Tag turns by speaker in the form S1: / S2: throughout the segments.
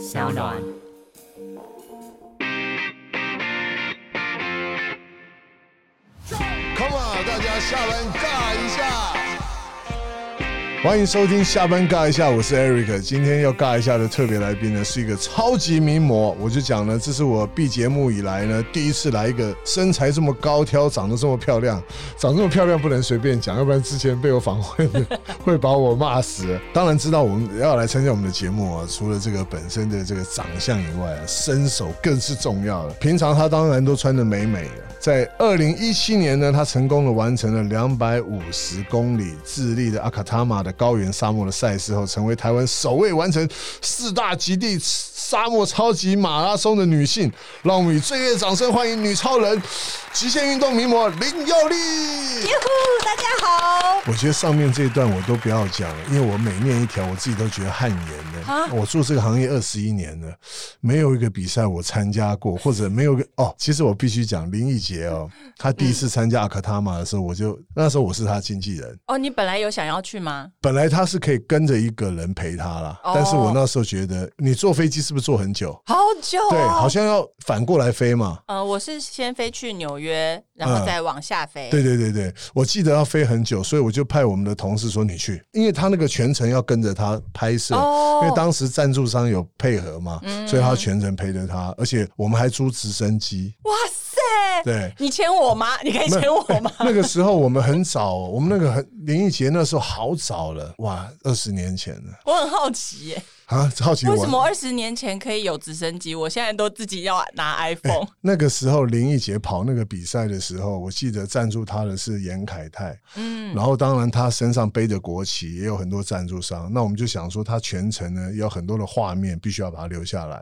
S1: 小暖。
S2: Come on，大家下班尬一下。欢迎收听下班尬一下，我是 Eric。今天要尬一下的特别来宾呢，是一个超级名模。我就讲呢，这是我 B 节目以来呢第一次来一个身材这么高挑、长得这么漂亮、长这么漂亮不能随便讲，要不然之前被我访问的会把我骂死。当然知道我们要来参加我们的节目啊，除了这个本身的这个长相以外啊，身手更是重要了。平常她当然都穿的美美的，在二零一七年呢，她成功的完成了两百五十公里智利的阿卡塔马的高原沙漠的赛事后，成为台湾首位完成四大极地沙漠超级马拉松的女性。让我们以最热烈的掌声欢迎女超人、极限运动名模林佑丽。
S3: 哟呼，大家好！
S2: 我觉得上面这一段我都不要讲了，因为我每念一条，我自己都觉得汗颜
S3: 啊
S2: 的。我做这个行业二十一年了，没有一个比赛我参加过，或者没有一个哦。其实我必须讲林奕杰哦，他第一次参加阿卡塔玛的时候，我就那时候我是他经纪人，
S3: 哦，你本来有想要去吗？
S2: 本来他是可以跟着一个人陪他啦，
S3: 哦
S2: 但是我那时候觉得你坐飞机是不是坐很久？
S3: 好久、哦，
S2: 对，好。像要反过来飞嘛。
S3: 呃，我是先飞去纽约，然后再往下飞。
S2: 嗯对对对对，我记得要飞很久，所以我就派我们的同事说你去，因为他那个全程要跟着他拍摄，
S3: 哦嗯
S2: 因为当时赞助商有配合嘛，所以他全程陪着他，而且我们还租直升机。
S3: 哇塞！
S2: 对，
S3: 你签我吗？你可以签我 吗？
S2: 那个时候我们很早，我们那个很林奕杰那时候好早了，哇，二十年前了
S3: 我很好奇耶，
S2: 啊，好奇
S3: 为
S2: 我
S3: 什么二十年前可以有直升机，我现在都自己要拿 iPhone？、
S2: 那个时候林奕杰跑那个比赛的时候，我记得赞助他的是严凯泰，嗯，然后当然他身上背着国旗，也有很多赞助商。那我们就想说，他全程呢有很多的画面，必须要把它留下来，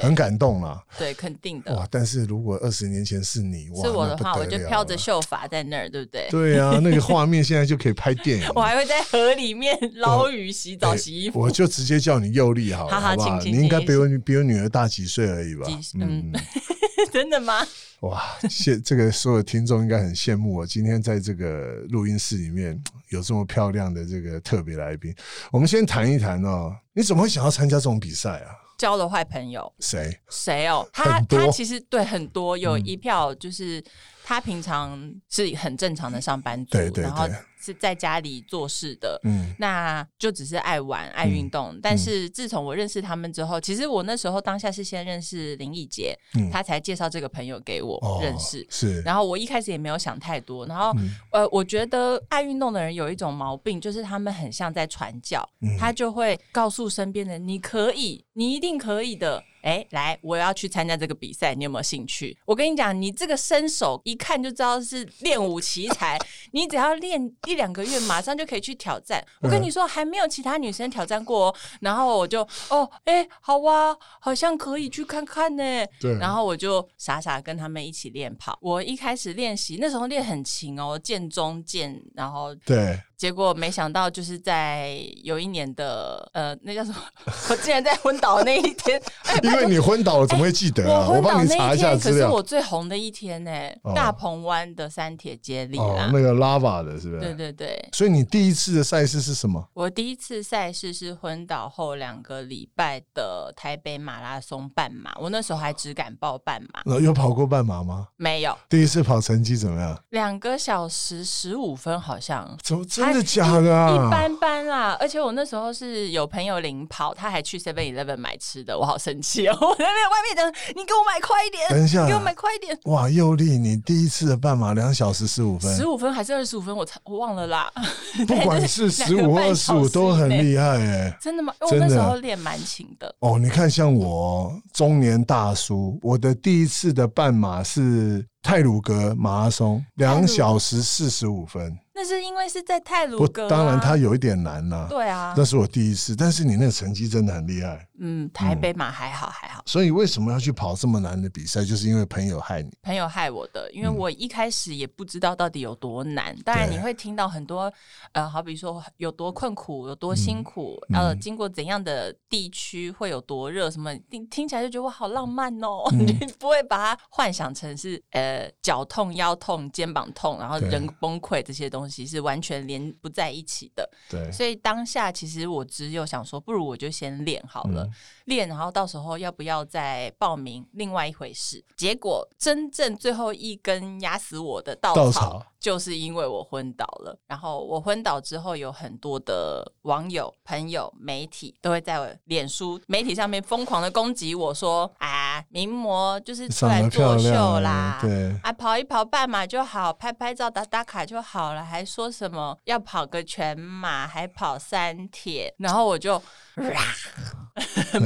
S2: 很
S3: 对
S2: 感动啦。
S3: 对，肯定的。
S2: 哇！但是如果二十年前是你，哇，
S3: 是我的
S2: 那不得
S3: 话，
S2: 了啊
S3: 我就飘着
S2: 了
S3: 秀发在那儿，对不对？
S2: 对啊，那个画面现在就可以拍电影。
S3: 我还会在河里面捞鱼、洗澡、洗衣服。
S2: 我就直接叫你佑丽好了，
S3: 好好
S2: 好不
S3: 请
S2: 好？
S3: 请
S2: 你应该
S3: 请
S2: 比我比我女儿大几岁而已吧？
S3: 几嗯， 真的吗？
S2: 哇，羡这个所有听众应该很羡慕我，今天在这个录音室里面有这么漂亮的这个特别来宾。我们先谈一谈哦，你怎么会想要参加这种比赛啊？
S3: 交了坏朋友。
S2: 谁？
S3: 谁 哦？他
S2: 很多嗯
S3: 他其实对很多有一票，就是、他平常是很正常的上班族，
S2: 对对对
S3: 然后是在家里做事的。
S2: 嗯，
S3: 那就只是爱玩、爱运动，但是自从我认识他们之后，其实我那时候当下是先认识林奕杰，
S2: 嗯哦
S3: 他才介绍这个朋友给我认识。
S2: 是，
S3: 然后我一开始也没有想太多，然后、呃，我觉得爱运动的人有一种毛病，就是他们很像在传教，他就会告诉身边的人你可以，你一定可以的。哎，来，我要去参加这个比赛，你有没有兴趣？我跟你讲，你这个身手一看就知道是练武奇才，你只要练一两个月，马上就可以去挑战。我跟你说，还没有其他女生挑战过哦。然后我就哦，哎，好啊，好像可以去看看呢。
S2: 对
S3: 然后我就傻傻跟他们一起练跑。我一开始练习那时候练很勤哦，剑中剑，然后
S2: 对，
S3: 结果没想到就是在有一年的呃，那叫什么？ 我竟然在昏倒的那一 天，哎，
S2: 因为你昏倒了，怎么会记得啊？
S3: 我昏倒
S2: 帮你
S3: 那
S2: 查
S3: 一
S2: 一下
S3: 天
S2: 资
S3: 可是
S2: 料
S3: 我。最红的一天呢、
S2: 哦
S3: 大鹏湾的三铁接力
S2: 哦
S3: 啦，。
S2: 那个 lava 的是不
S3: 啊
S2: 是？
S3: 对对对，
S2: 所以你第一次的赛事是什么？
S3: 我第一次赛事是昏倒后两个礼拜的台北马拉松半马，我那时候还只敢报半马，
S2: 然后有跑过半马吗？
S3: 没有
S2: 第一次跑成绩怎么样？
S3: 两个小时十五分，好像
S2: 怎么真的假的
S3: 一
S2: 啊？
S3: 般般啦。而且我那时候是有朋友领跑，他还去 Seven Eleven 买吃的，我好生气哦！我在那边外面等，你给我买快一点，
S2: 等一下
S3: 给我买快一点。
S2: 哇，佑丽，你第一次的半马两小时十五分，
S3: 十五分还是二十五分，我才我忘了啦。
S2: 不管是
S3: 哎
S2: 十五或二十五都很厉害哎、
S3: 真的吗？因为我那
S2: 真
S3: 时
S2: 的
S3: 候练蛮勤的，
S2: 哦，你看像我中年大叔，我的第一次的半马是泰鲁格马拉松，两小时四十五分。
S3: 那是因为是在泰鲁
S2: 不，
S3: 格、啊。
S2: 当然它有一点难啦、
S3: 对啊，
S2: 那是我第一次，但是你那个成绩真的很厉害。
S3: 嗯，台北马还好还好，
S2: 所以为什么要去跑这么难的比赛？就是因为朋友害你。
S3: 朋友害我的，因为我一开始也不知道到底有多难。当然
S2: 嗯对
S3: 你会听到很多，呃，好比说有多困苦，有
S2: 嗯
S3: 多辛苦，呃，经过怎样的地区会有多热，什么听听起来就觉得哇好浪漫哦，
S2: 嗯
S3: 你不会把它幻想成是呃脚痛、腰痛、肩膀痛，然后
S2: 对
S3: 人崩溃这些东东西是完全连不在一起的。
S2: 对，
S3: 所以当下其实我只有想说，不如我就先练好
S2: 嗯
S3: 了，练、然后到时候要不要再报名，另外一回事。结果真正最后一根压死我的稻
S2: 稻
S3: 草
S2: 草，
S3: 就是因为我昏倒了。然后我昏倒之后，有很多的网友、朋友、媒体都会在我脸书媒体上面疯狂的攻击我说啊，名模就是出
S2: 长
S3: 来
S2: 得漂
S3: 作秀
S2: 亮
S3: 啦
S2: 啊，，对，
S3: 啊，跑一跑半马就好，拍拍照打打卡就好了，还说什么要跑个全马，还跑三铁，然后我就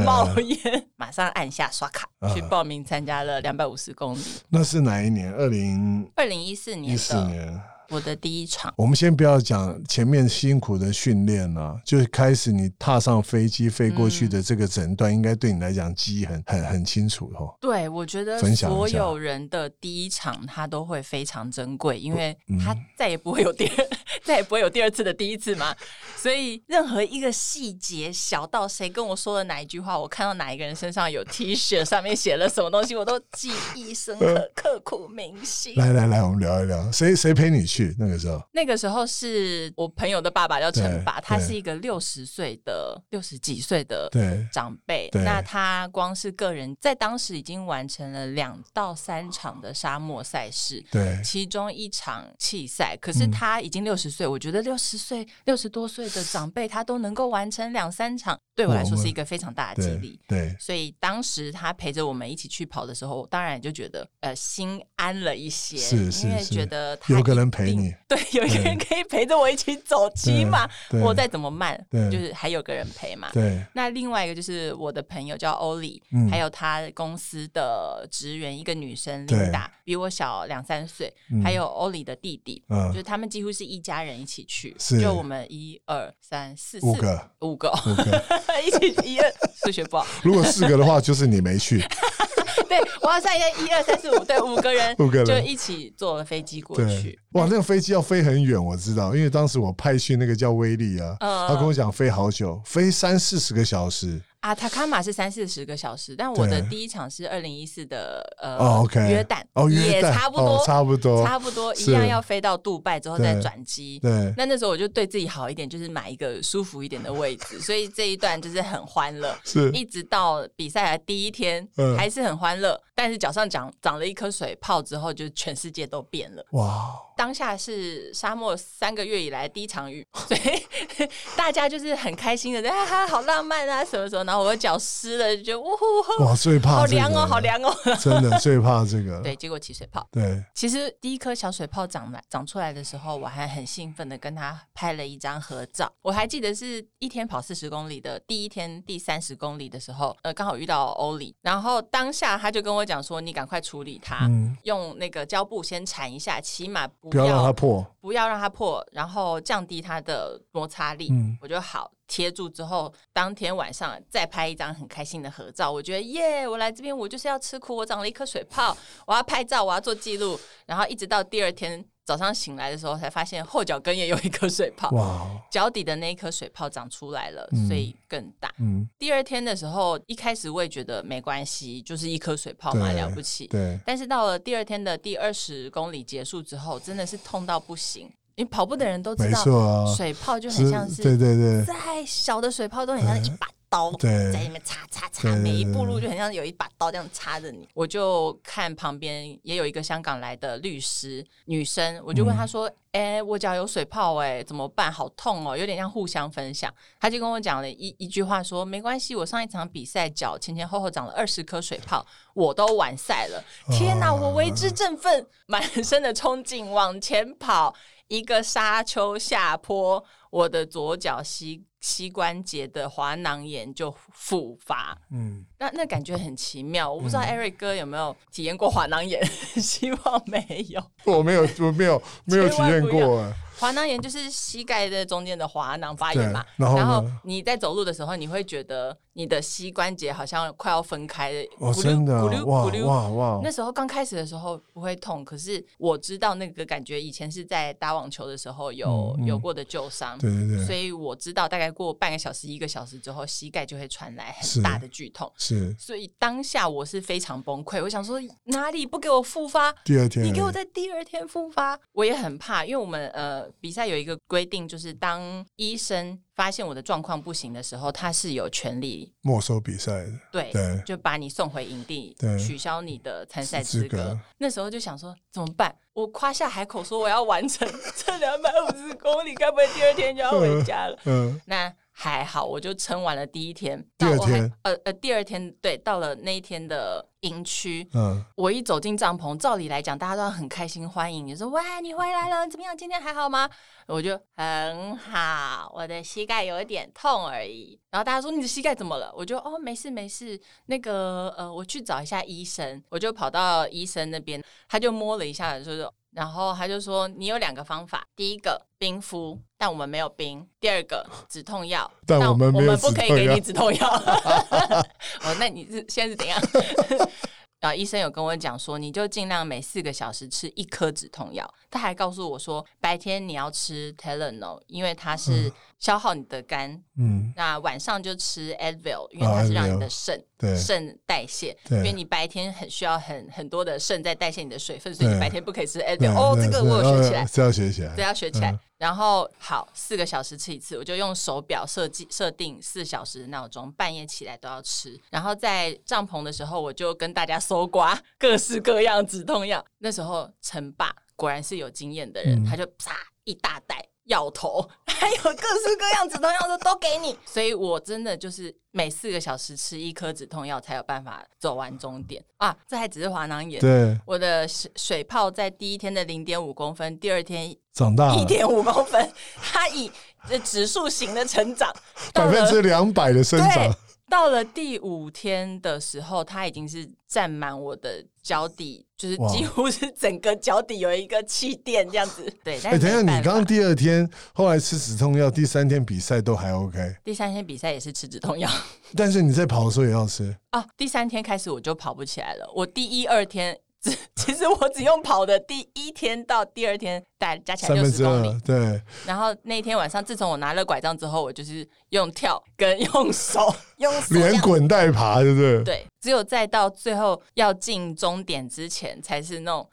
S3: 冒烟，马上按下刷卡
S2: 啊
S3: 去报名参加了两百五十公里。
S2: 那是哪一年？二零
S3: 二零一四
S2: 一
S3: 年
S2: 四
S3: 的
S2: 年。
S3: 我的第一场，
S2: 我们先不要讲前面辛苦的训练啦、就是开始你踏上飞机飞过去
S3: 嗯
S2: 的这个诊断，应该对你来讲记忆很很很清楚哦。
S3: 对我觉得
S2: 分享一
S3: 所
S2: 下
S3: 有人的第一场他都会非常珍贵，因为
S2: 嗯
S3: 他再也不会有第二， 再也不会有第二次的第一次嘛。所以任何一个细节，小到谁跟我说了哪一句话，我看到哪一个人身上有 T 恤上面写了什么东西，我都记忆深刻、刻骨铭心。
S2: 嗯来来来，我们聊一聊，谁谁陪你去？那个时候，
S3: 那个时候是我朋友的爸爸叫陈爸，
S2: 对
S3: 他
S2: 对
S3: 是一个六十岁的、六十几岁的
S2: 对
S3: 长辈。
S2: 对
S3: 那他光是个人在当时已经完成了两到三场的沙漠赛事。
S2: 对，嗯
S3: 其中一场弃赛，可是他已经六十岁，我觉得六十岁、六十多岁的长辈，他都能够完成两三场，对我来
S2: 我
S3: 说
S2: 们
S3: 是一个非常大的激
S2: 对
S3: 励。
S2: 对，
S3: 所以当时他陪着我们一起去跑的时候，我当然就觉得呃心安了一些，
S2: 是是
S3: 因为
S2: 是
S3: 觉得他
S2: 有个
S3: 一
S2: 人陪
S3: 定啊
S2: 你，
S3: 对，有一个人可以陪着我一起走，起码
S2: 对
S3: 我再怎么慢，
S2: 对
S3: 就是还有个人陪嘛。
S2: 对，
S3: 那另外一个就是我的朋友叫欧里、
S2: 嗯
S3: 还有他公司的职员一个女生
S2: 对
S3: 琳达，比我小两三岁，
S2: 嗯
S3: 还有欧里的弟弟，
S2: 嗯
S3: 就是他们几乎是一家人一起去，
S2: 是
S3: 就我们一二三四
S2: 五
S3: 四
S2: 个
S3: 五个哦
S2: 五个，
S3: 一起一二，数学不好，
S2: 如果四个的话，就是你 没去，
S3: 对我好像也一二三四五，对五个人
S2: 五个人
S3: 就一起坐了飞机过
S2: 对
S3: 去。。
S2: 哇，那个飞机要飞很远，我知道，因为当时我派去那个叫威利啊，
S3: 嗯
S2: 他跟我讲飞好久，飞三四十个小时。
S3: 啊，塔卡马是三四十个小时，但我的
S2: 对
S3: 第一场是二零一四的呃、
S2: 哦，OK，
S3: 约旦
S2: 哦，约旦
S3: 也差不多、
S2: 哦差不多，
S3: 差不多一
S2: 是
S3: 样要飞到杜拜之后
S2: 对
S3: 再转机。
S2: 对，
S3: 那那时候我就对自己好一点，就是买一个舒服一点的位置，所以这一段就是很欢乐。
S2: 是
S3: 一直到比赛的第一天、
S2: 嗯
S3: 还是很欢乐，但是脚上长长了一颗水泡之后，就全世界都变了。
S2: 哇，
S3: 当下是沙漠三个月以来第一场雨， 所以大家就是很开心的，啊哈，好浪漫啊，什么什么。然后我的脚湿了，就觉得呜呼呼，
S2: 哇，最怕
S3: 好
S2: 这个
S3: 凉哦，好，凉哦。
S2: 真的最怕这个，
S3: 对，结果起水泡。
S2: 对
S3: 其实第一颗小水泡长来长出来的时候，我还很兴奋的跟他拍了一张合照。我还记得是一天跑四十公里的第一天第三十公里的时候，呃，刚好遇到欧里，然后当下他就跟我讲说：“你赶快处理它，
S2: 嗯
S3: 用那个胶布先缠一下，起码啊不
S2: 不要让它破，
S3: 不要让它破，然后降低它的摩擦力。
S2: 嗯
S3: 我就好贴住之后，当天晚上再拍一张很开心的合照。我觉得耶，我来这边我就是要吃苦，我长了一颗水泡，我要拍照，我啊要做记录。然后一直到第二天早上醒来的时候，才发现后脚跟也有一颗水泡，
S2: 哇，
S3: 脚底的那一颗水泡长出来了，所以更大。
S2: 嗯，
S3: 第二天的时候，一开始我也觉得没关系，就是一颗水泡嘛，
S2: 对
S3: 了不起。
S2: 对，
S3: 但是到了第二天的第二十公里结束之后，真的是痛到不行。你跑步的人都知
S2: 没
S3: 道，
S2: 错啊，
S3: 水泡就很像
S2: 对
S3: 是
S2: 对对
S3: 再小的水泡都很像一把刀。
S2: 对
S3: 在里面插插插，
S2: 对
S3: 每一步路就很像有一把刀这样插着你。我就看旁边也有一个香港来的律师女生，我就问她
S2: 嗯
S3: 说：“哎、我脚有水泡、哎，怎么办？好痛哦，有点像互相分享。”她就跟我讲了一一句话说：“没关系，我上一场比赛脚前前后后长了二十颗水泡，我都完赛了。天哪，
S2: 啊
S3: 我为之振奋，满身的冲劲往前跑，一个沙丘下坡，我的左脚膝膝关节的滑囊炎就复发。
S2: 嗯，
S3: 那那感觉很奇妙，我不知道 Eric 哥有没有体验过滑囊炎， 希望没有。
S2: 我没有，我没有，没有体
S3: 千万
S2: 验
S3: 不
S2: 过，哎
S3: 滑囊炎就是膝盖的中间的滑囊发炎嘛，
S2: 对然后呢
S3: 你在走路的时候，你会觉得你的膝关节好像快要分开的，
S2: 哦，
S3: 咕噜
S2: 真的啊
S3: 咕噜，
S2: 哇
S3: 咕噜
S2: 哇哇
S3: 那，时候刚开始的时候不会痛，可是我知道那个感觉以前是在打网球的时候有、
S2: 嗯嗯
S3: 有过的旧伤，
S2: 对对
S3: 所
S2: 对，
S3: 以我知道大概过半个小时一个小时之后，膝盖就会传来很
S2: 是
S3: 大的剧痛。
S2: 是
S3: 所以当下我是非常崩溃，我想说哪里不给我复发，
S2: 第二天而已，
S3: 你给我在第二天复发，我也很怕，因为我们呃呃，比赛有一个规定，就是当医生发现我的状况不行的时候，他是有权利
S2: 没收比赛的，
S3: 对
S2: 对
S3: 就把你送回营地
S2: 对，
S3: 取消你的参赛
S2: 资
S3: 资
S2: 格
S3: 格。那时候就想说怎么办？我夸下海口说我要完成 这两百五十公里，该不会第二天就要回家了？
S2: 嗯，
S3: 那还好，我就撑完了第一天。
S2: 第二
S3: 到我还
S2: 天，
S3: 呃呃，第二天对，到了那一天的营区，
S2: 嗯，
S3: 我一走进帐篷，照理来讲，大家都要很开心欢迎，你说：“哇，你回来了，你怎么样？今天还好吗？”我就很好，我的膝盖有一点痛而已。然后大家说：“你的膝盖怎么了？”我就：“哦，没事没事，那个呃，我去找一下医生。”我就跑到医生那边，他就摸了一下，就是。然后他就说：“你有两个方法，第一个冰敷，但我们没有冰；第二个止痛药，
S2: 但我们没有啊
S3: 不可以
S2: 止痛
S3: 给
S2: 药
S3: 你止痛 药。”哦，那你是现在是怎样？ 啊，医生有跟我讲说，你就尽量每四个小时吃一颗止痛药。他还告诉我说，白天你要吃 Tylenol，因为它是消耗你的肝；
S2: 嗯，
S3: 那晚上就吃 Advil，因为
S2: 啊
S3: 它是让
S2: Advil
S3: 你的肾、
S2: 对
S3: 肾代谢。
S2: 对
S3: 因为你白天很需要很很多的肾在代谢你的水分，所以
S2: 对
S3: 你白天不可以吃
S2: 对
S3: Advil。哦，
S2: 对
S3: 这个
S2: 对
S3: 我有学起来
S2: 哦。这要学起来，
S3: 对，要学起来。
S2: 嗯
S3: 然后好，四个小时吃一次，我就用手表设计设定四小时的闹钟，半夜起来都要吃。然后在帐篷的时候，我就跟大家搜刮各式各样止痛药。那时候陈爸果然是有经验的人，
S2: 嗯
S3: 他就啪一大袋。药头，还有各式各样止痛药的都给你，所以我真的就是每四个小时吃一颗止痛药才有办法走完终点啊！这还只是滑囊炎，
S2: 对，
S3: 我的水水泡在第一天的零点五公分，第二天
S2: 长大
S3: 一
S2: 了
S3: 点五公分， 它以呃指数型的成长，到
S2: 百分
S3: 了
S2: 之两百的生
S3: 对
S2: 长，，
S3: 到了第五天的时候，它已经是占满我的脚底，就是
S2: 哇
S3: 几乎是整个脚底有一个气垫这样 子。对，但
S2: 哎，
S3: 是
S2: 等一下，
S3: 没
S2: 你
S3: 办法
S2: 刚刚第二天后来吃止痛药，第三天比赛都还 OK，
S3: 第三天比赛也是吃止痛药
S2: 但是你在跑的时候也要吃，
S3: 啊，第三天开始我就跑不起来了，我第一二天。只 其实我只用跑的第一天到第二天，大加起来
S2: 三
S3: 六
S2: 分
S3: 十
S2: 之
S3: 公里，
S2: 二，对，
S3: 然后那天晚上，自从我拿了拐杖之后，我就是用跳跟用 手用手这
S2: 连
S3: 样
S2: 滚带爬，对不对？
S3: 对，只有再到最后要进终点之前，才是那 种，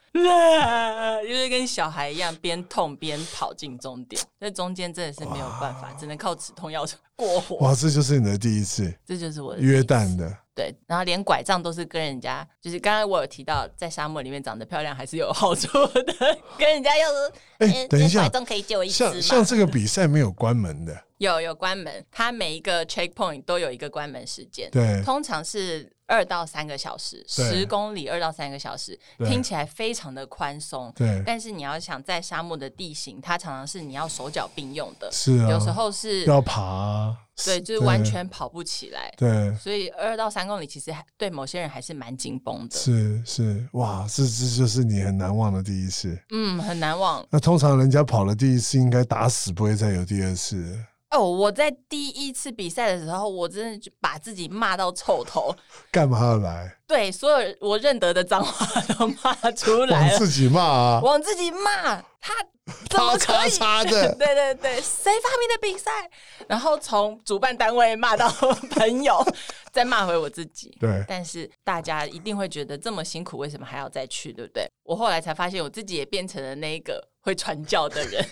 S3: 就是跟小孩一样边痛边跑进终点。那中间真的是没有办法，只能靠止痛药过活。
S2: 哇，这就是你的第一次
S3: 这就是我的
S2: 约
S3: 历史
S2: 旦的，
S3: 对，然后连拐杖都是跟人家，就是刚刚我有提到，在沙漠里面长得漂亮还是有好处的， 跟人家要说，
S2: 哎
S3: 诶
S2: 等一
S3: 这
S2: 下
S3: 拐杖可以借我一只吗
S2: 像？像这个比赛没有关门的，
S3: 有有关门，它每一个 checkpoint 都有一个关门时间，
S2: 对
S3: 通常是二到三个小时，
S2: 对
S3: 十公里二到三个小时，
S2: 对
S3: 听起来非常的宽松。
S2: 对，
S3: 但是你要想在沙漠的地形，它常常是你要手脚并用的，
S2: 是啊，
S3: 有时候是
S2: 要爬啊，
S3: 对，就是完全跑不起来。
S2: 对，
S3: 所以二到三公里其实还对某些人还是蛮紧绷的，
S2: 是是，哇，这这就是你很难忘的第一次。
S3: 嗯，很难忘。
S2: 那通常人家跑了第一次，应该打死不会再有第二次了，
S3: 哦，我在第一次比赛的时候，我真的就把自己骂到臭头，
S2: 干嘛要来？
S3: 对，所有我认得的脏话都骂出来
S2: 往
S3: 了，
S2: 自己骂啊！
S3: 往自己骂他怎么
S2: 叉
S3: 可
S2: 叉
S3: 以？
S2: 叉的，
S3: 对对对，谁发明的比赛？然后从主办单位骂到朋友，再骂回我自己。
S2: 对，
S3: 但是大家一定会觉得这么辛苦，为什么还要再去？对不对？我后来才发现，我自己也变成了那一个会传教的 人。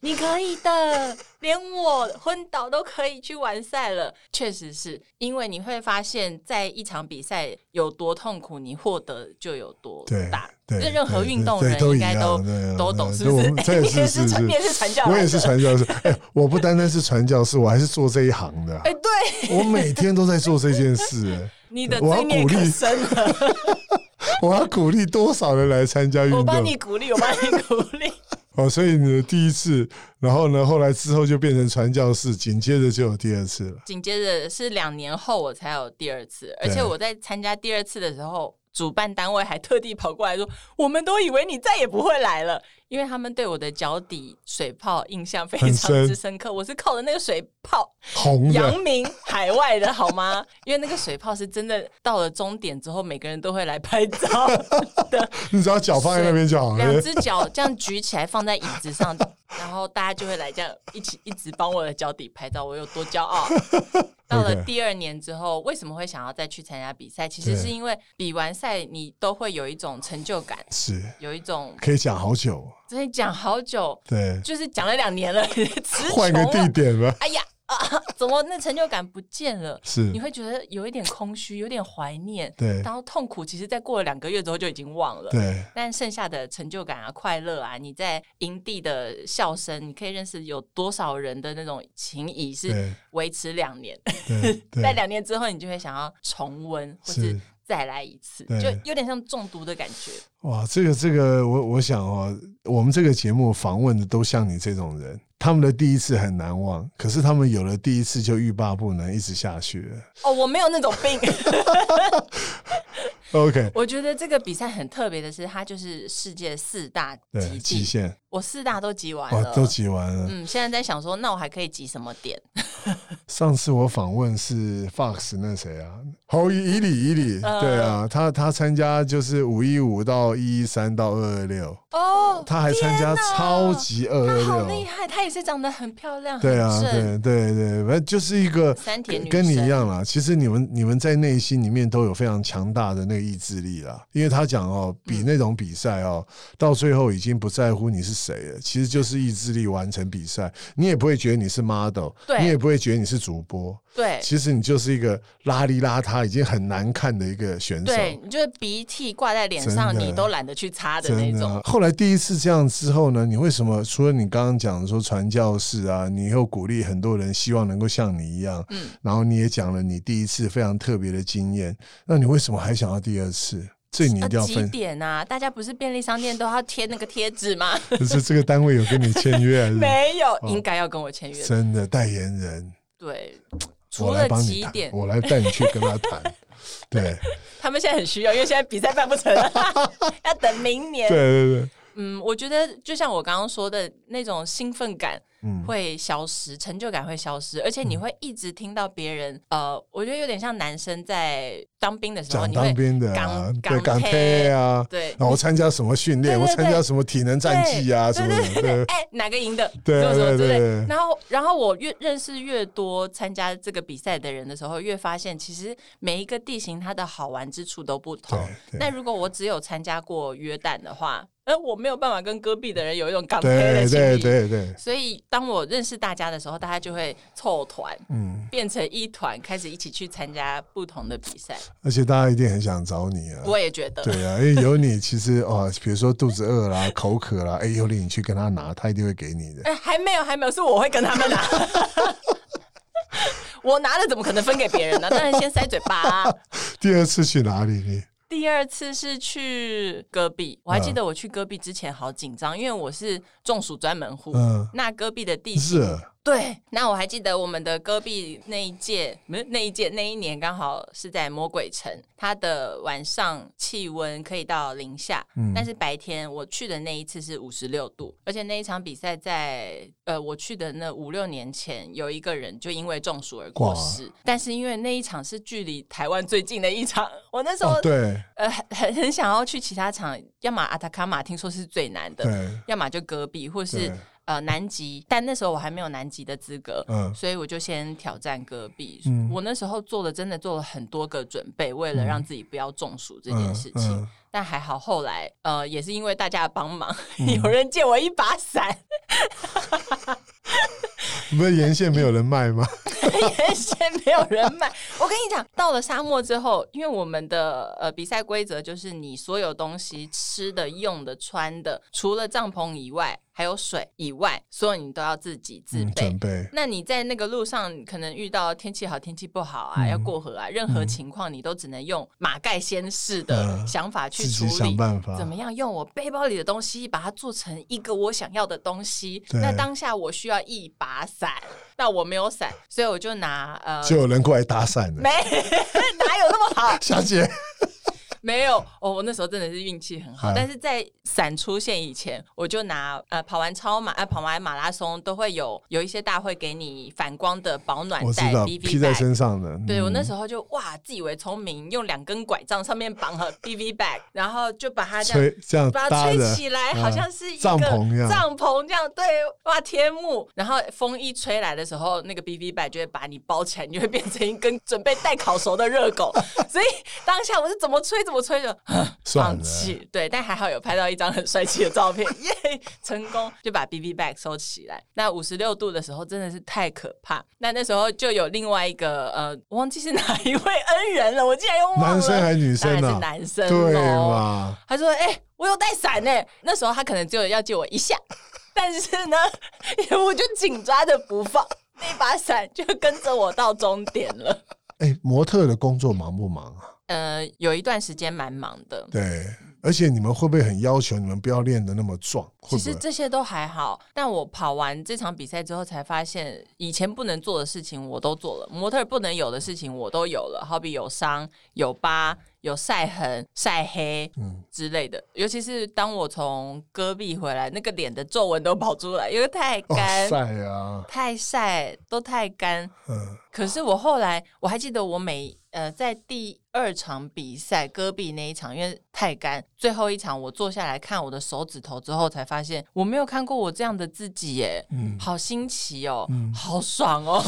S3: 你可以的，连我昏倒都可以去完赛了。确实是因为你会发现，在一场比赛有多痛苦，你获得就有多
S2: 对
S3: 大。
S2: 对
S3: 这任何
S2: 对
S3: 运动
S2: 对
S3: 人
S2: 都
S3: 应
S2: 一
S3: 该
S2: 样
S3: 都
S2: 对啊
S3: 都
S2: 对啊
S3: 懂，是
S2: 对
S3: 不
S2: 我
S3: 是
S2: 们？这也
S3: 你
S2: 是
S3: 也
S2: 是
S3: 是传
S2: 是
S3: 你也是传教，
S2: 我也是。传教士。哎，我不单单是传教士，我还是做这一行 的。啊
S3: 哎，对，
S2: 我每天都在做这件事、哎
S3: 你的
S2: 我要
S3: 罪孽
S2: 鼓
S3: 可
S2: 励
S3: 深 了。
S2: 我要鼓励多少人来参加运
S3: 我帮
S2: 动
S3: 你鼓励，我帮你鼓励。
S2: 哦，所以你的第一次，然后呢，后来之后就变成传教士，紧接着就有第二次了。
S3: 紧接着是两年后我才有第二次，而且我在参加第二次的时候，主办单位还特地跑过来说，我们都以为你再也不会来了，因为他们对我的脚底水泡印象非常
S2: 很深
S3: 之深刻，我是靠着那个水泡
S2: 红
S3: 扬
S2: 的，
S3: 名海外的好吗？因为那个水泡是真的到了终点之后，每个人都会来拍照的，
S2: 你只要脚放在那边就好
S3: 两
S2: 了。哎
S3: 只脚这样举起来放在椅子上，然后大家就会来这样一起一直帮我的脚底拍照，我有多骄 傲。到了第二年之后，为什么会想要再去参加比赛？其实是因为比完赛，你都会有一种成就感，
S2: 是，
S3: 有一种
S2: 可以讲好久哦。
S3: 所以讲好久，
S2: 对，
S3: 就是讲了两年了，词穷
S2: 换个地
S3: 了。
S2: 点吧。
S3: 哎呀啊， 怎么那成就感不见了？
S2: 是
S3: 你，会觉得有一点空虚，有点怀念，
S2: 对
S3: 然后痛苦，其实在过了两个月之后就已经忘了。
S2: 对，
S3: 但剩下的成就感啊、快乐啊，你在营地的笑声，你可以认识有多少人的那种情谊是
S2: 对，
S3: 维持两年，
S2: 对，
S3: 在
S2: 对，
S3: 两年之后，你就会想要重温，或是
S2: 是
S3: 再来一次，
S2: 对
S3: 就有点像中毒的感觉。
S2: 哇，这个这个，我我想哦，我们这个节目访问的都像你这种人，他们的第一次很难忘，可是他们有了第一次就欲罢不能，一直下去了。
S3: 哦，我没有那种病。
S2: OK，
S3: 我觉得这个比赛很特别的是，它就是世界四大
S2: 对，
S3: 极
S2: 极
S3: 地，
S2: 限，
S3: 我四大都集完
S2: 哇
S3: 了，，
S2: 都挤完了。
S3: 嗯，现在在想说，那我还可以集什么点？
S2: 上次我访问是 Fox 那谁啊，侯以以里以里，
S3: 嗯
S2: 对啊，他他参加就是五一五到一一三到二二六，
S3: 哦，
S2: 他还参
S3: 天
S2: 加
S3: 哪
S2: 超级二
S3: 她好
S2: 二
S3: 厉
S2: 六，
S3: 害，她也是长得很漂 亮，
S2: 对啊，
S3: 很正，
S2: 对对对，反正就是一个
S3: 三铁女
S2: 跟你
S3: 神
S2: 一样啦。其实你们你们在内心里面都有非常强大的那个意志力啦，因为他讲
S3: 嗯
S2: 哦，比那种比赛哦，到最后已经不在乎你是谁了，其实就是意志力完成比赛，你也不会觉得你是 model，
S3: 对
S2: 你也不会觉得你是主播。
S3: 对
S2: 其实你就是一个邋里邋遢、已经很难看的一个选手。
S3: 对，你就是鼻涕挂在脸上，
S2: 真的
S3: 你都懒得去擦的那
S2: 真的
S3: 种。
S2: 啊，后来第一次这样之后呢，你为什么除了你刚刚讲说传教士啊，你又鼓励很多人希望能够像你一样，
S3: 嗯，
S2: 然后你也讲了你第一次非常特别的经验，那你为什么还想要第二次？这你一
S3: 那
S2: 定要
S3: 几
S2: 分，
S3: 点啊？大家不是便利商店都要贴那个贴纸吗？
S2: 可是这个单位有跟你签约还是？
S3: 没有，应该要跟我签约。
S2: 真的代言人，
S3: 对，除
S2: 我来
S3: 了
S2: 帮你
S3: 几
S2: 谈，
S3: 点，
S2: 我来带你去跟他 谈。对
S3: 他们现在很需要，因为现在比赛办不 成了， 要等明
S2: 对
S3: 年。
S2: 对对，
S3: 嗯，我觉得就像我刚刚说的那种兴奋感，
S2: 嗯，
S3: 会消失，成就感会消失，而且你会一直听到别人，呃，我觉得有点像男生在当兵的时候，
S2: 嗯讲
S3: 你
S2: 当
S3: 会
S2: 兵的啊
S3: 港，
S2: 对港
S3: 铁
S2: 铁啊，
S3: 对
S2: 然后参加什么训练，
S3: 对
S2: 我
S3: 对
S2: 参加什么体能战技啊什
S3: 对
S2: 么
S3: 对
S2: 的，
S3: 对对，
S2: 对
S3: 哎、哪个赢的，
S2: 对
S3: 什么什么
S2: 对对
S3: 之类
S2: 对对
S3: 然后，然后我越认识越多参加这个比赛的人的时候，越发现其实每一个地形它的好玩之处都不同。
S2: 对
S3: 那如果我只有参加过约旦的话，哎、我没有办法跟戈壁的人有一种港铁的
S2: 对
S3: 情
S2: 对
S3: 谊。
S2: 对对，
S3: 所以，当我认识大家的时候，大家就会凑团，
S2: 嗯，
S3: 变成一团，开始一起去参加不同的比赛。
S2: 而且大家一定很想找你啊。
S3: 我也觉得，
S2: 对啊，因为有你， 其实哦，比如说肚子饿啦、口渴啦，哎，有你你去跟他拿，他一定会给你的。
S3: 哎、还没有，还没有，是我会跟他们拿。 我拿了怎么可能分给别人呢？当然先塞嘴巴啊、
S2: 第二次去哪里？你
S3: 第二次是去戈壁，我还记得我去戈壁之前好紧张，因为我是中暑专门户。
S2: 嗯，
S3: 那戈壁的地形
S2: 热
S3: 对，那我还记得我们的戈壁那一届，没有那一届那一年刚好是在魔鬼城，它的晚上气温可以到零下，
S2: 嗯
S3: 但是白天我去的那一次是五十六度，而且那一场比赛在呃我去的那五六年前，有一个人就因为中暑而过
S2: 哇
S3: 世，但是因为那一场是距离台湾最近的一场，我那时候、
S2: 哦，对
S3: 呃很很很想要去其他场，要么阿塔卡马听说是最难的，
S2: 对，
S3: 要么就戈壁或是
S2: 对。
S3: 呃南极，但那时候我还没有南极的资格，
S2: 嗯
S3: 所以我就先挑战戈壁。
S2: 嗯
S3: 我那时候做的真的做了很多个准备，为了让自己不要中暑这件事情。
S2: 嗯
S3: 但还好后来，呃，也是因为大家的帮忙， 有人借我一把伞，
S2: 嗯，不是沿线没有人卖吗？
S3: 原先没有人 买。我跟你讲，到了沙漠之后，因为我们的呃比赛规则就是你所有东西吃的、用的、穿的，除了帐篷以外，还有水以外，所有你都要自己自
S2: 嗯，
S3: 备。
S2: 准备
S3: 那你在那个路上你可能遇到天气好、天气不好
S2: 嗯
S3: 啊，要过河啊，任何情况你都只能用马盖先士的
S2: 嗯
S3: 想法去
S2: 自
S3: 处
S2: 己
S3: 理。
S2: 想办法，
S3: 怎么样用我背包里的东西把它做成一个我想要的东西？
S2: 对
S3: 那当下我需要一把伞，那我没有伞，所以我就拿呃，
S2: 就有人过来搭讪
S3: 没
S2: 了？
S3: 哪有那么好？
S2: 小姐，
S3: 没有哦，我那时候真的是运气很好，
S2: 啊
S3: 但是在伞出现以前，我就拿呃跑完超马，呃跑完马拉松都会有有一些大会给你反光的保暖
S2: 我知
S3: 带
S2: 道
S3: BB
S2: 披在
S3: 带。
S2: 身上的，
S3: 对我那
S2: 嗯
S3: 时候就哇自以为聪明，用两根拐杖上面绑了 BB bag，然后就把它这样
S2: 吹这样
S3: 把
S2: 搭
S3: 它吹
S2: 着
S3: 起来，
S2: 啊
S3: 好像是一个
S2: 帐篷一样
S3: 帐篷这样，对，哇，天幕。然后风一吹来的时候，那个 BB 板就会 把你包起来，你就会变成一根准备待烤熟的热狗。所以当下我是怎么吹怎怎么吹的？
S2: 算
S3: 放
S2: 了，
S3: 弃。对，但还好有拍到一张很帅气的照片， 耶，成功就把 BB bag 收起来。那五十六度的时候真的是太可怕。那那时候就有另外一个呃，我忘记是哪一位恩人了，我竟然又忘了。
S2: 男生还是女生啊
S3: 当然是
S2: 呢、
S3: 男生
S2: 对
S3: 咯
S2: 嘛？
S3: 他说：“哎、我有带伞呢。”那时候他可能只有要借我一下， 但是呢， 我就紧抓着不放，那把伞就跟着我到终点了。
S2: 哎、模特的工作忙不忙啊？
S3: 呃，有一段时间蛮忙的，
S2: 对，而且你们会不会很要求你们不要练得那么壮？
S3: 其
S2: 会不
S3: 实
S2: 会？
S3: 这些都还好。但我跑完这场比赛之后，才发现以前不能做的事情我都做了，模特儿不能有的事情我都有了，好比有伤、有疤、有晒痕、晒黑，
S2: 嗯，
S3: 之类的，尤其是当我从戈壁回来，那个脸的皱纹都跑出来，因为太
S2: 哦
S3: 干、
S2: 晒啊，
S3: 太晒，都太干。
S2: 嗯，
S3: 可是我后来我还记得，我每呃在第二场比赛戈壁那一场，因为太干，最后一场我坐下来看我的手指头之后，才发现我没有看过我这样的自己耶，
S2: 嗯
S3: 好新奇哦，
S2: 嗯
S3: 好爽 哦。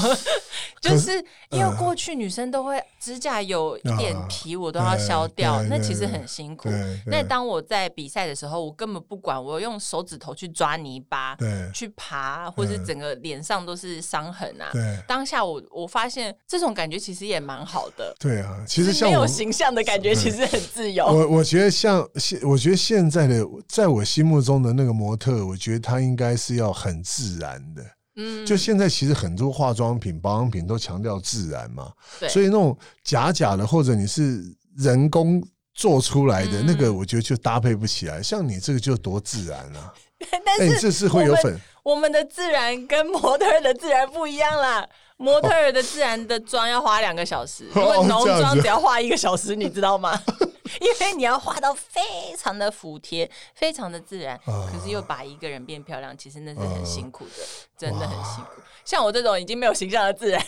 S3: 就
S2: 可呃
S3: 是因为过去女生都会指甲有一点
S2: 啊
S3: 皮，我都要削掉，
S2: 对对
S3: 那其实
S2: 对
S3: 很辛苦。
S2: 对，
S3: 那
S2: 对
S3: 当我在比赛的时候，我根本不管，我用手指头去抓泥巴、
S2: 对
S3: 去爬，或是
S2: 嗯
S3: 整个脸上都是伤痕啊。
S2: 对
S3: 当下我我发现这种感觉其实也蛮好的，
S2: 对啊，其实
S3: 就是
S2: 像
S3: 没
S2: 我
S3: 有形象的感觉，其实很自由。
S2: 我我觉得像现，我觉得现在的，在我心目中的那个模特，我觉得她应该是要很自然的。
S3: 嗯，
S2: 就现在，其实很多化妆品、保养品都强调自然嘛，
S3: 对
S2: 所以那种假假的，或者你是人工做出来的、
S3: 嗯
S2: 那个，我觉得就搭配不起来。像你这个就多自然啊！
S3: 但
S2: 哎、你
S3: 是
S2: 这是会有
S3: 我们
S2: 粉
S3: 我们的自然跟模特儿的自然不一样啦。模特儿的自然的妆要花两个小 时，
S2: 哦
S3: 因为浓
S2: 这样
S3: 妆
S2: 子
S3: 只要花一个小时，你知道吗？ 因为你要画到非常的服帖，非常的自然，
S2: 啊
S3: 可是又把一个人变漂亮，其实那是很辛苦的，真的很辛苦。像我这种已经没有形象的自然，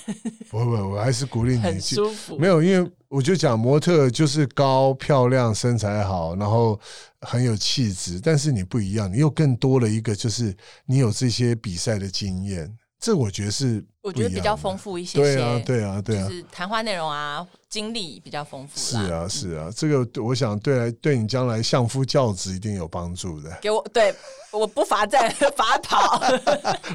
S2: 不不，我还是鼓励你
S3: 很
S2: 去。
S3: 舒服。
S2: 没有，因为我就讲模特就是高漂亮、身材好，然后很有气质，但是你不一样，你又更多了一个，就是你有这些比赛的经验，这我觉得是
S3: 我觉得
S2: 不
S3: 比
S2: 一样
S3: 较
S2: 的
S3: 丰富一些些，
S2: 对啊，对啊，对啊
S3: 就。是谈话内容啊，经历比较丰富
S2: 是
S3: 啦。
S2: 啊，是啊，这个对我想对来对你将来相夫教子一定有帮助的。
S3: 给我对，我不罚站， 罚跑。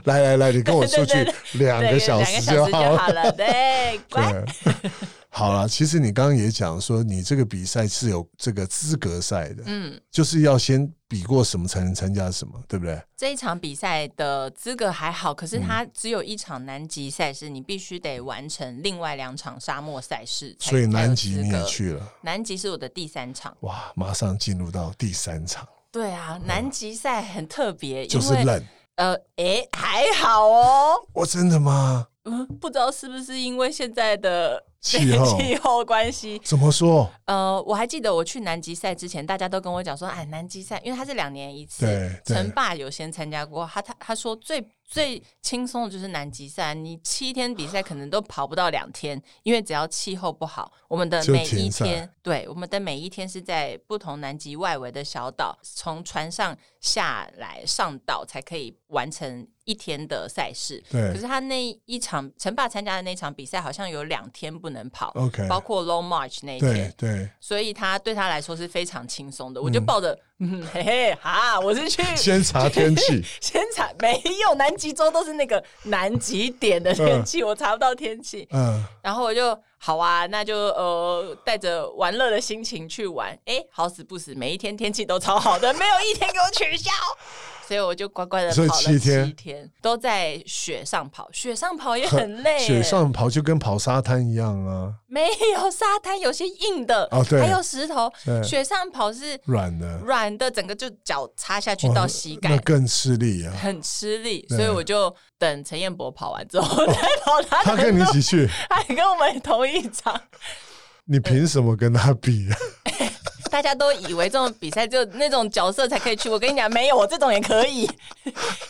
S2: 来来来，你跟我 出
S3: 对
S2: 去
S3: 对
S2: 两
S3: 对，
S2: 个小时就
S3: 两个小时就
S2: 好
S3: 好
S2: 了。
S3: 了。对，乖，
S2: 对，好了，其实你刚刚也讲说，你这个比赛是有这个资格赛的，
S3: 嗯，
S2: 就是要先比过什么才能参加什么，对不对？
S3: 这一场比赛的资格还好，可是它只有一场南极赛事，你必须得完成另外两场沙漠赛事才，
S2: 所以南
S3: 才
S2: 极
S3: 有
S2: 你
S3: 资
S2: 也
S3: 格。
S2: 去了，
S3: 南极是我的第三场，
S2: 哇，马上进入到第三场，
S3: 对啊，南极赛很特别，
S2: 就是
S3: 因为
S2: 冷。
S3: 呃，诶，还好哦，
S2: 我真的吗？
S3: 嗯，不知道是不是因为现在的
S2: 气候
S3: 气候关系，
S2: 怎么说？
S3: 呃，我还记得我去南极赛之前，大家都跟我讲说，哎，南极赛，因为它是两年一次
S2: 对，对
S3: 陈爸有先参加过，他他他说最最轻松的就是南极赛，你七天比赛可能都跑不到两天，因为只要气候不好，我们的
S2: 就
S3: 每一
S2: 停赛
S3: 天，对，我们的每一天是在不同南极外围的小岛，从船上下来上岛才可以完成一天的赛事。可
S2: 对
S3: 是他那一场陈爸参加的那场比赛，好像有两天不能跑。
S2: ，OK，
S3: 包括 Long March 那一天
S2: 哦对，对，
S3: 所以他对他来说是非常轻松的。我就抱着，嗯，嘿嘿，哈，我是去
S2: 先查天气。
S3: 先查，没有南极洲都是那个南极点的天气，我查不到天气。
S2: 嗯，
S3: 然后我就好啊，那就呃带着玩乐的心情去玩。哎，好死不死，每一天天气都超好的，没有一天给我取 消。所以我就乖乖的跑
S2: 所以
S3: 了
S2: 七天
S3: 七天，都在雪上跑，雪上跑也很累耶，
S2: 雪上跑就跟跑沙滩一样啊，
S3: 没有沙滩，有些硬的，
S2: 哦对
S3: 还有石头
S2: 对。
S3: 雪上跑是
S2: 软的，
S3: 软的，整个就脚插下去
S2: 哇
S3: 到膝
S2: 那
S3: 盖，
S2: 更吃力啊。
S3: 很吃力，
S2: 对哦
S3: 所以我就等陈彦博跑完之后 再跑他
S2: 他
S3: 的
S2: 跟你
S3: 路
S2: 一，起 去，
S3: 他跟我们同一场，
S2: 你凭什么跟他比 啊？
S3: 大家都以为这种比赛就那种角色才可以去，我跟你讲，没有，我这种也可以，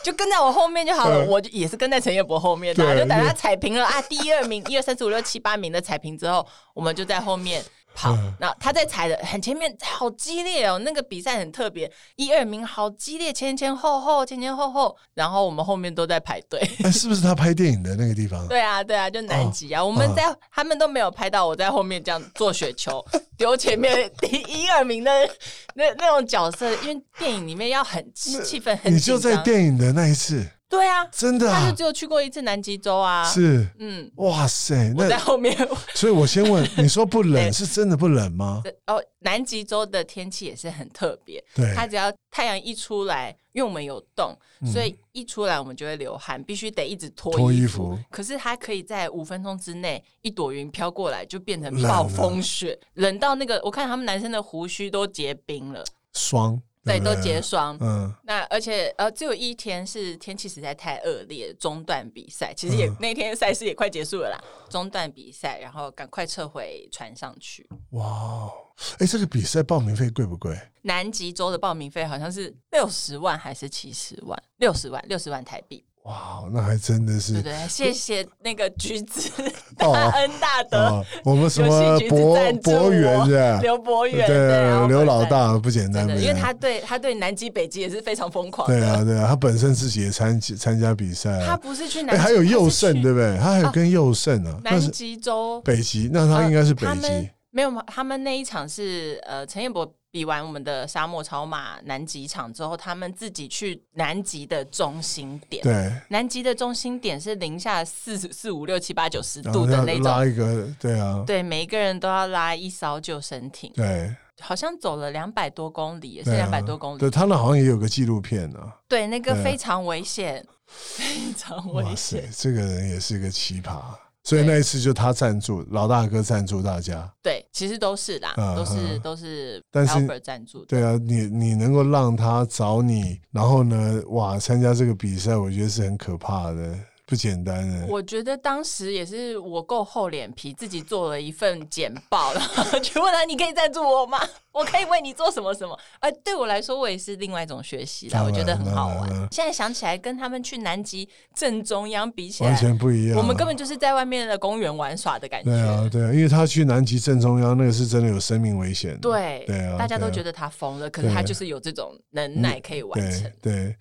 S3: 就跟在我后面就好了，
S2: 嗯
S3: 我就也是跟在陈彦博后面的啊，
S2: 对
S3: 就等他踩平了啊，第一二名、一二三四五六七八名的踩平之后，我们就在后面跑，
S2: 嗯
S3: 然后他在踩的很前面，好激烈哦！那个比赛很特别，一二名好激烈，前前后后，前前后后，然后我们后面都在排队。
S2: 哎，是不是他拍电影的那个地方？
S3: 对啊，对啊，就南极
S2: 哦
S3: 啊，我们在、他们都没有拍到我在后面这样做雪球，丢前面第一二名的 那那种角色，因为电影里面要很气气氛很
S2: 你
S3: 紧
S2: 就在
S3: 张。
S2: 电影的那一次，
S3: 对啊，
S2: 真的
S3: 他就
S2: 啊
S3: 只，有去过一次南极洲啊。，
S2: 是，
S3: 嗯，
S2: 哇塞，
S3: 我在
S2: 那
S3: 后面。
S2: 所以，我先 问，你说不冷
S3: 对
S2: 是真的不冷吗？
S3: 哦，南极洲的天气也是很特别，
S2: 对，嗯
S3: 它只要太阳一出来，因为我们有洞，所以一出来我们就会流汗，必须得一直脱
S2: 脱衣
S3: 衣
S2: 服
S3: 可是它可以在五分钟之内，一朵云飘过来就变成
S2: 冷
S3: 暴
S2: 了
S3: 风雪，冷到那个我看他们男生的胡须都结冰了，
S2: 霜，
S3: 对，
S2: 不
S3: 都结霜。
S2: 嗯，
S3: 那而且呃，只有一天是天气实在太恶劣，中断比赛。其实也、
S2: 嗯
S3: 那天赛事也快结束了啦，中断比赛，然后赶快撤回船上去。
S2: 哇哦，哎，这个比赛报名费贵不贵？
S3: 南极洲的报名费好像是六十万还是七十万？六十万，六十万台币，
S2: 哇，哦那还真的
S3: 对
S2: 是
S3: 不对？谢谢那个橘子
S2: 嗯哦
S3: 大恩大
S2: 啊
S3: 德，，
S2: 我们什
S3: 有
S2: 么
S3: 兴趣
S2: 博
S3: 赞助
S2: 博
S3: 我
S2: 源 的，
S3: 刘博远，然后
S2: 对，刘老
S3: 本来。
S2: 大不简
S3: 真
S2: 单，不
S3: 的，因
S2: 简
S3: 为
S2: 单
S3: 他对他对南极、北极也是非常疯狂
S2: 对
S3: 的。
S2: 啊，对啊，他本身自己也参参加比赛
S3: 他
S2: 啊，
S3: 不是去南
S2: 哎，
S3: 极，
S2: 还有右
S3: 他是
S2: 胜
S3: 去哦
S2: 对不对？他还有跟右胜啊，那
S3: 南
S2: 是
S3: 极洲，呃
S2: 北极，那他应该是北
S3: 他们
S2: 极，
S3: 没有吗？他们那一场是呃，陈彦博比完我们的沙漠超马南极场之后，他们自己去南极的中心点。
S2: 对，
S3: 南极的中心点是零下四四五六七八九十
S2: 然
S3: 度
S2: 后
S3: 的
S2: 要
S3: 那种，
S2: 哦拉一个，对啊，
S3: 对，每一个人都要拉一艘救生艇，
S2: 对，啊
S3: 好像走了两百多公里，也是
S2: 对啊
S3: 两百多公里
S2: 对，，他那好像也有个纪录片啊。
S3: 对，那个
S2: 对啊
S3: 非常危险， 非常危
S2: 啊哇塞
S3: 险，，
S2: 这个人也是个奇葩。所以那一次就他赞助，老大哥赞助大家。
S3: 对，其实都是啦，
S2: 嗯
S3: 都是
S2: 嗯
S3: 都是
S2: 但是
S3: Albert 赞助的，
S2: 对啊，你你能够让他找你，然后呢，哇，参加这个比赛，我觉得是很可怕的，不简单的。
S3: 我觉得当时也是我够厚脸皮，自己做了一份简报，然后去问他：“你可以赞助我吗？我可以为你做什么什么？”呃，对我来说，我也是另外一种学习啦，
S2: 当
S3: 我
S2: 然
S3: 觉得很好
S2: 当
S3: 玩
S2: 然当然。
S3: 现在想起来，跟他们去南极正中央比起
S2: 完
S3: 来，
S2: 全不一样。啊
S3: 我们根本就是在外面的公园玩耍的感
S2: 对啊，
S3: 觉。
S2: 对啊，因为他去南极正中央，那个是真的有生命危险的。
S3: 对
S2: 对啊
S3: 大家
S2: 对
S3: 都
S2: 啊
S3: 觉得他疯了，可是
S2: 对嗯
S3: 他就是有这种能耐可以完成
S2: 对。对，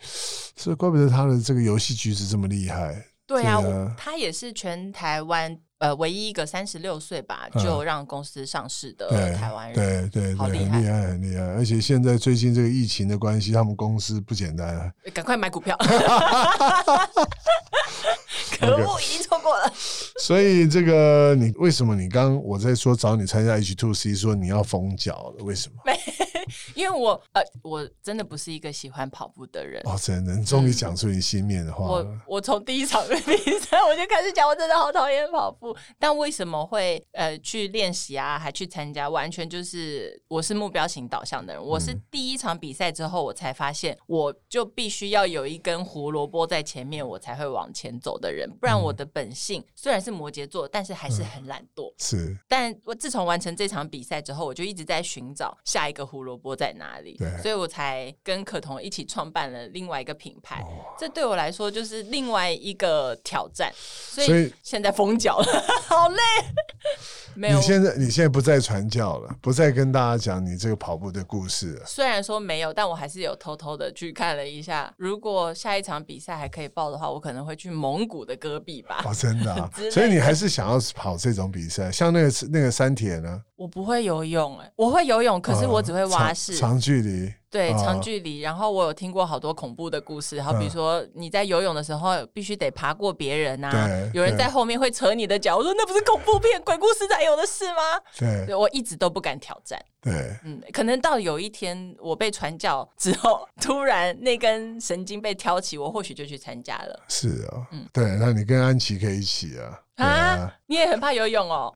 S2: 所以怪不得他的这个游戏举止这么厉害。
S3: 对啊，
S2: 对啊
S3: 我他也是全台湾呃唯一一个三十六岁吧
S2: 嗯
S3: 就让公司上市的
S2: 对
S3: 台湾人。
S2: 对对对，
S3: 好
S2: 很
S3: 厉害
S2: 厉害，很厉害。而且现在最近这个疫情的关系，他们公司不简单啊。
S3: 赶快买股票。可恶，已经错过了。
S2: 所以这个你为什么你刚我在说找你参加 H Two C 说你要封脚了？为什么？
S3: 因为我呃，我真的不是一个喜欢跑步的人。
S2: 哦，真的，你终于讲出你心面的话
S3: 我
S2: 了。
S3: 我从第一场的比赛我就开始讲，我真的好讨厌跑步。但为什么会呃去练习啊，还去参加？完全就是我是目标型导向的人。我是第一场比赛之后，我才发现我就必须要有一根胡萝卜在前面，我才会往前走的人。不然我的本性虽然是摩羯座，但是还是很懒惰。
S2: 是
S3: 但我自从完成这场比赛之后，我就一直在寻找下一个胡萝卜在哪里
S2: 对，
S3: 所以我才跟可彤一起创办了另外一个品牌。
S2: 哦
S3: 这对我来说就是另外一个挑战，所
S2: 所
S3: 以
S2: 以
S3: 现在封脚了，好累。没有
S2: 你，现在你现在不再传教了，不再跟大家讲你这个跑步的故事了。
S3: 虽然说没有，但我还是有偷偷的去看了一下。如果下一场比赛还可以报的话，我可能会去蒙古的戈壁吧。
S2: 哦，真的、啊
S3: 之类，的
S2: 所以你还是想要跑这种比赛，像那个那个三铁呢？
S3: 我不会游泳、哎，我会游泳，可是
S2: 呃
S3: 我只会蛙
S2: 长
S3: 式、
S2: 长距离。
S3: 对，
S2: 啊
S3: 长距离。然后我有听过好多恐怖的故事，然后比
S2: 嗯
S3: 如说你在游泳的时候必须得爬过别人啊
S2: 对，
S3: 有人
S2: 对
S3: 在后面会扯你的脚。我说那不是恐怖片、鬼故事才有的事 吗？
S2: 对
S3: 对我一直都不敢挑战。
S2: 对，
S3: 嗯，可能到有一天我被传教之后， 突然那根神经被挑起，我或许就去参加了。
S2: 是啊、对，那你跟安琪可以一起啊。对啊
S3: 嗯啊，你也很怕游泳哦？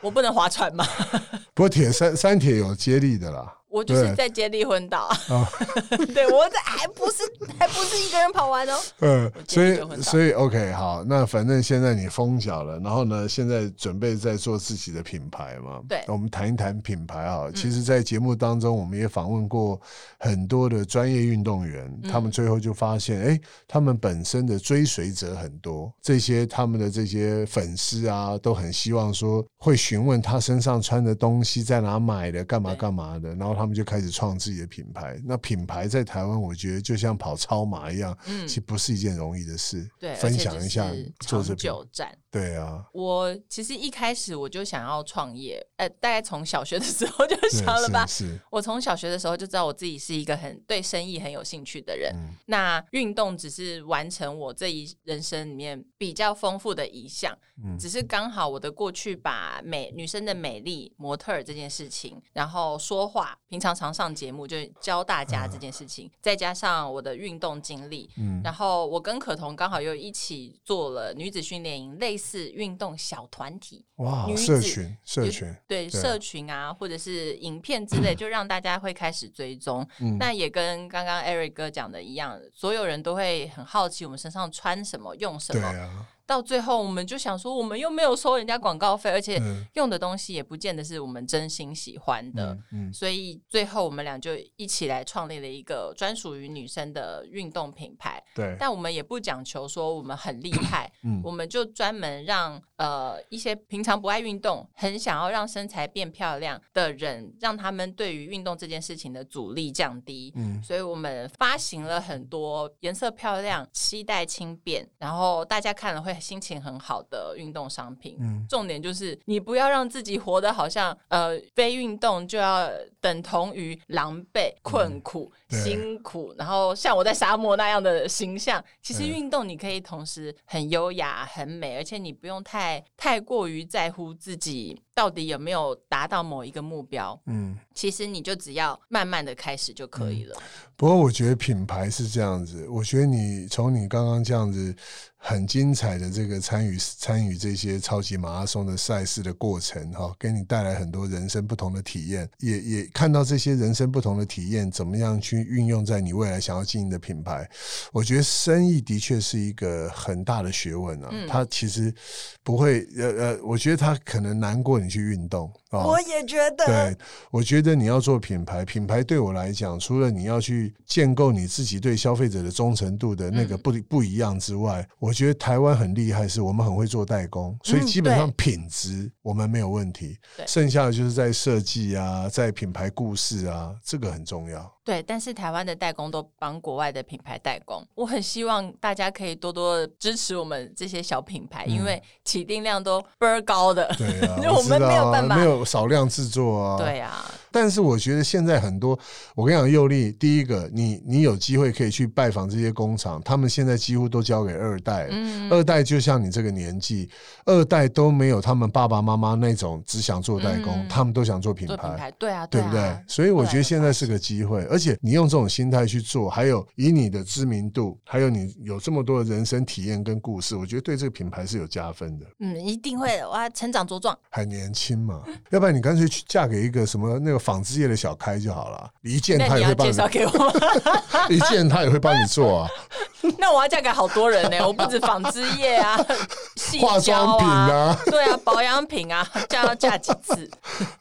S3: 我不能划船吗？
S2: 不过铁三三铁有接力的啦，
S3: 我就是在接力昏倒，
S2: 啊，
S3: 对我这还不是还不是一个人跑完哦。
S2: 嗯，所
S3: 我建议就昏
S2: 以
S3: 倒
S2: 所以 OK 好，那反正现在你封小了，然后呢，现在准备在做自己的品牌嘛。
S3: 对嗯
S2: 我们谈一谈品牌啊。其实，在节目当中，我们也访问过很多的专业运动员，
S3: 嗯
S2: 他们最后就发现，哎，他们本身的追随者很多，这些他们的这些粉丝啊，都很希望说会询问他身上穿的东西在哪买的，干嘛
S3: 对
S2: 干嘛的，然后他们就开始创自己的品牌。那品牌在台湾，我觉得就像跑超马一样。
S3: 嗯
S2: 其，实不是一件容易的事。
S3: 对，
S2: 分享一下
S3: 而且就是
S2: 做这
S3: 长
S2: 边。
S3: 久战。
S2: 对 啊，
S3: 我其实一开始我就想要创业，呃，大概从小学的时候就
S2: 是
S3: 想了吧。
S2: 是是，
S3: 我从小学的时候就知道我自己是一个很对生意很有兴趣的人。
S2: 嗯
S3: 那运动只是完成我这一人生里面比较丰富的一项，
S2: 嗯
S3: 只是刚好我的过去把美女生的美丽、模特儿这件事情，然后说话，平常常上节目就教大家这件事情，再加上我的运动经历，
S2: 嗯
S3: 然后我跟可彤刚好又一起做了女子训练营，类似运动小团体，
S2: 哇，
S3: 女子
S2: 社群社
S3: 有
S2: 群，
S3: 对
S2: 对啊
S3: 社群啊，或者是影片之类，就让大家会开始追踪。
S2: 嗯
S3: 那也跟刚刚 Eric 哥讲的一样，所有人都会很好奇我们身上穿什么、用什
S2: 对
S3: 么。
S2: 啊，
S3: 到最后，我们就想说，我们又没有收人家广告费，而且
S2: 嗯
S3: 用的东西也不见得是我们真心喜欢的。
S2: 嗯嗯
S3: 所以最后，我们俩就一起来创立了一个专属于女生的运动品牌。
S2: 对，
S3: 但我们也不讲求说我们很厉害，
S2: 嗯
S3: 我们就专门让呃一些平常不爱运动、很想要让身材变漂亮的人，让他们对于运动这件事情的阻力降低。
S2: 嗯
S3: 所以我们发行了很多颜色漂亮、期待轻便，然后大家看了会心情很好的运动商品。
S2: 嗯
S3: 重点就是你不要让自己活得好像呃非运动就要等同于狼狈、困苦、
S2: 嗯对
S3: 辛苦，然后像我在沙漠那样的形象。其实
S2: 对
S3: 运动你可以同时很优雅、很美，而且你不用太太过于在乎自己到底有没有达到某一个目标。
S2: 嗯。
S3: 其实你就只要慢慢的开始就可以了。
S2: 不过我觉得品牌是这样子，我觉得你从你刚刚这样子很精彩的这个参与参与这些超级马拉松的赛事的过程哈、给你带来很多人生不同的体验，也也看到这些人生不同的体验怎么样去运用在你未来想要经营的品牌。我觉得生意的确是一个很大的学问啊，它其实不会呃呃，我觉得它可能难过你去运动啊。
S1: 我也觉 得。
S2: 对，我觉得你要做品牌，品牌对我来讲，除了你要去建构你自己对消费者的忠诚度的那个
S3: 嗯
S2: 不、不一样之外，我觉得台湾很厉害，是我们很会做代工，所以
S3: 嗯
S2: 基本上
S3: 对
S2: 品质我们没有问题，
S3: 对
S2: 剩下的就是在设计啊，在品牌故事啊，这个很重要。
S3: 对，但是台湾的代工都帮国外的品牌代工，我很希望大家可以多多支持我们这些小品牌，因
S2: 嗯
S3: 为起订量都倍儿高的，
S2: 对啊，
S3: 我们
S2: 知道
S3: 没有
S2: 啊
S3: 办法
S2: 没有少量制作啊，
S3: 对啊，
S2: 但是我觉得现在很多，我跟你讲，佑利，第一个，你你有机会可以去拜访这些工厂，他们现在几乎都交给二代了。
S3: 嗯
S2: 二代就像你这个年纪，二代都没有他们爸爸妈妈那种只想做代工，
S3: 嗯
S2: 他们都想做品
S3: 做品
S2: 牌。
S3: 牌，对啊，
S2: 对
S3: 啊，
S2: 不对？所以我觉得现在是个机会，而且你用这种心态去做，还有以你的知名度，还有你有这么多的人生体验跟故事，我觉得对这个品牌是有加分的。
S3: 嗯，一定会的，哇，成长茁壮，
S2: 还年轻嘛， 要不然你干脆去嫁给一个什么那个纺织业的小开就好了。一件
S3: 那
S2: 他
S3: 你
S2: 也
S3: 要
S2: 会帮
S3: 介
S2: 你
S3: 绍给我，
S2: 一件他也会帮你做啊，
S3: 那我要嫁给好多人呢、我不止纺织业啊， 细
S2: 化
S3: 胶
S2: 妆品
S3: 啊。
S2: 啊。
S3: 对啊，保养品啊，嫁要嫁几 次？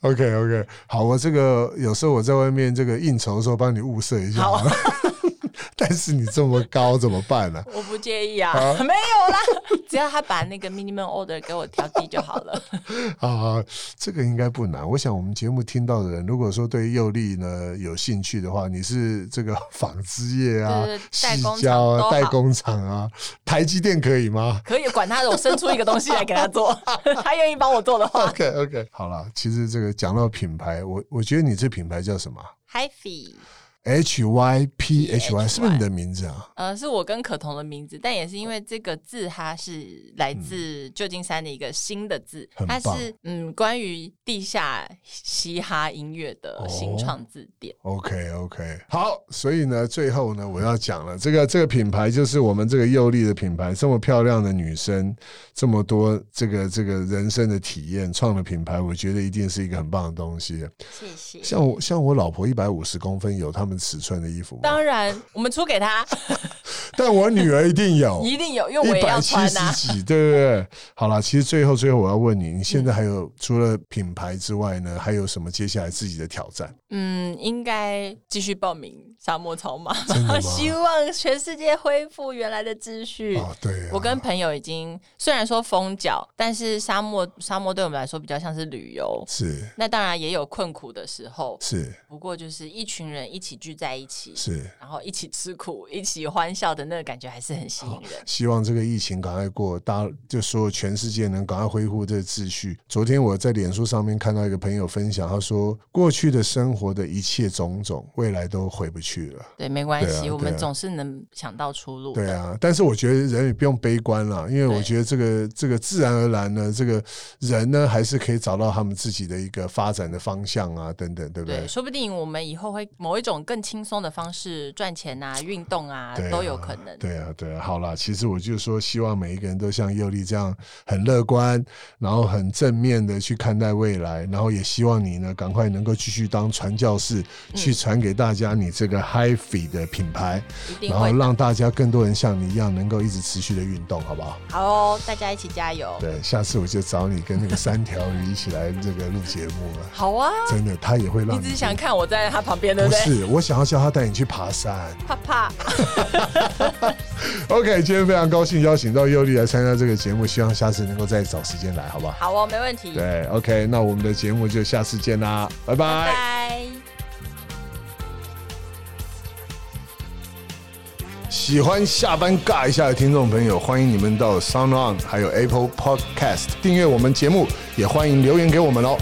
S2: OK OK，好，我这个有时候我在外面这个应酬的时候帮你物色一下。
S3: 好
S2: 但是你这么高怎么办呢、
S3: 我不介意啊，没有啦，只要他把那个 minimum order 给我调低就好了。
S2: 啊，这个应该不难。我想我们节目听到的人，如果说对佑利呢有兴趣的话，你是这个纺织业啊
S3: 对对、代
S2: 细
S3: 工厂
S2: 胶
S3: 都
S2: 啊、
S3: 好
S2: 代工厂啊，台积电可以吗？
S3: 可以管他的，我生出一个东西来给他 做，他愿意帮我做的话
S2: OK OK，好了，其实这个讲到品牌，我我觉得你这品牌叫什么啊？
S3: ，Hi Fi，
S2: H Y P H Y 是不是你的名字啊？
S3: 呃，是我跟可彤的名字，但也是因为这个字，它是来自旧金山的一个新的字，
S2: 嗯很
S3: 它
S2: 棒
S3: 是嗯关于地下嘻哈音乐的新创字典。
S2: OK OK，好，所以呢，最后呢，我要讲了，这个这个品牌就是我们这个佑丽的品牌，这么漂亮的女生，这么多这个这个人生的体验，创的品牌，我觉得一定是一个很棒的东西。
S3: 谢谢。
S2: 像我像我老婆一百五十公分，有他们尺寸的衣服吗？
S3: 当然，我们出给他
S2: 但我女儿一定 有，
S3: 一定有，因为我
S2: 哦一
S3: 也
S2: 百
S3: 要
S2: 七
S3: 穿啊
S2: 十。几，对不对？好啦，其实最后最后我要问你，你现在还有、除了品牌之外呢，还有什么接下来自己的挑战？
S3: 嗯，应该继续报名沙漠草马
S2: 真的 吗，
S3: 希望全世界恢复原来的秩序。
S2: 哦，对、啊，
S3: 嗯我跟朋友已经虽然说封脚，但是沙漠沙漠对我们来说比较像是旅游，
S2: 是
S3: 那当然也有困苦的时候，
S2: 是
S3: 不过就是一群人一起聚在一起，
S2: 是，
S3: 然后一起吃苦、一起欢笑的那个感觉还是很吸引人。
S2: 希望这个疫情赶快过，大家就所有全世界能赶快恢复这个秩序。昨天我在脸书上面看到一个朋友分享，他说过去的生活的一切种种，未来都回不去了。
S3: 对，没关
S2: 对啊
S3: 系，
S2: 对啊
S3: 我们总是能想到出路的。
S2: 对啊，但是我觉得人也不用悲观了，因为我
S3: 对
S2: 觉得这个这个自然而然呢，这个人呢还是可以找到他们自己的一个发展的方向啊，等等，对不对
S3: 对，？说不定我们以后会某一种更轻松的方式赚钱啊、运动啊
S2: 对啊
S3: 都有可能。
S2: 对啊，对啊，好啦，其实我就说，希望每一个人都像佑利这样很乐观，然后很正面的去看待未来，然后也希望你呢，赶快能够继续当传教士，
S3: 嗯
S2: 去传给大家你这个 HiFi 的品牌，
S3: 一定
S2: 然后
S3: 会的。
S2: 让大家更多人像你一样，能够一直持续的运动，好不好？
S3: 好哦，大家一起加油！
S2: 对，下次我就找你跟那个三条鱼一起来这个录节目了。
S3: 好啊，
S2: 真的，他也会让
S3: 你
S2: 你
S3: 只是想看我在他旁边，对
S2: 不
S3: 对？
S2: 是，我想要叫他带你去爬山。
S3: 怕怕，
S2: OK，今天非常高兴邀请到尤丽来参加这个节目，希望下次能够再找时间来，好不好？
S3: 好哦，没问题。
S2: 对，OK，那我们的节目就下次见啦，拜拜
S3: 拜。
S2: 喜欢下班尬一下的听众朋友，欢迎你们到 Sound On 还有 Apple Podcast 订阅我们节目，也欢迎留言给我们哦。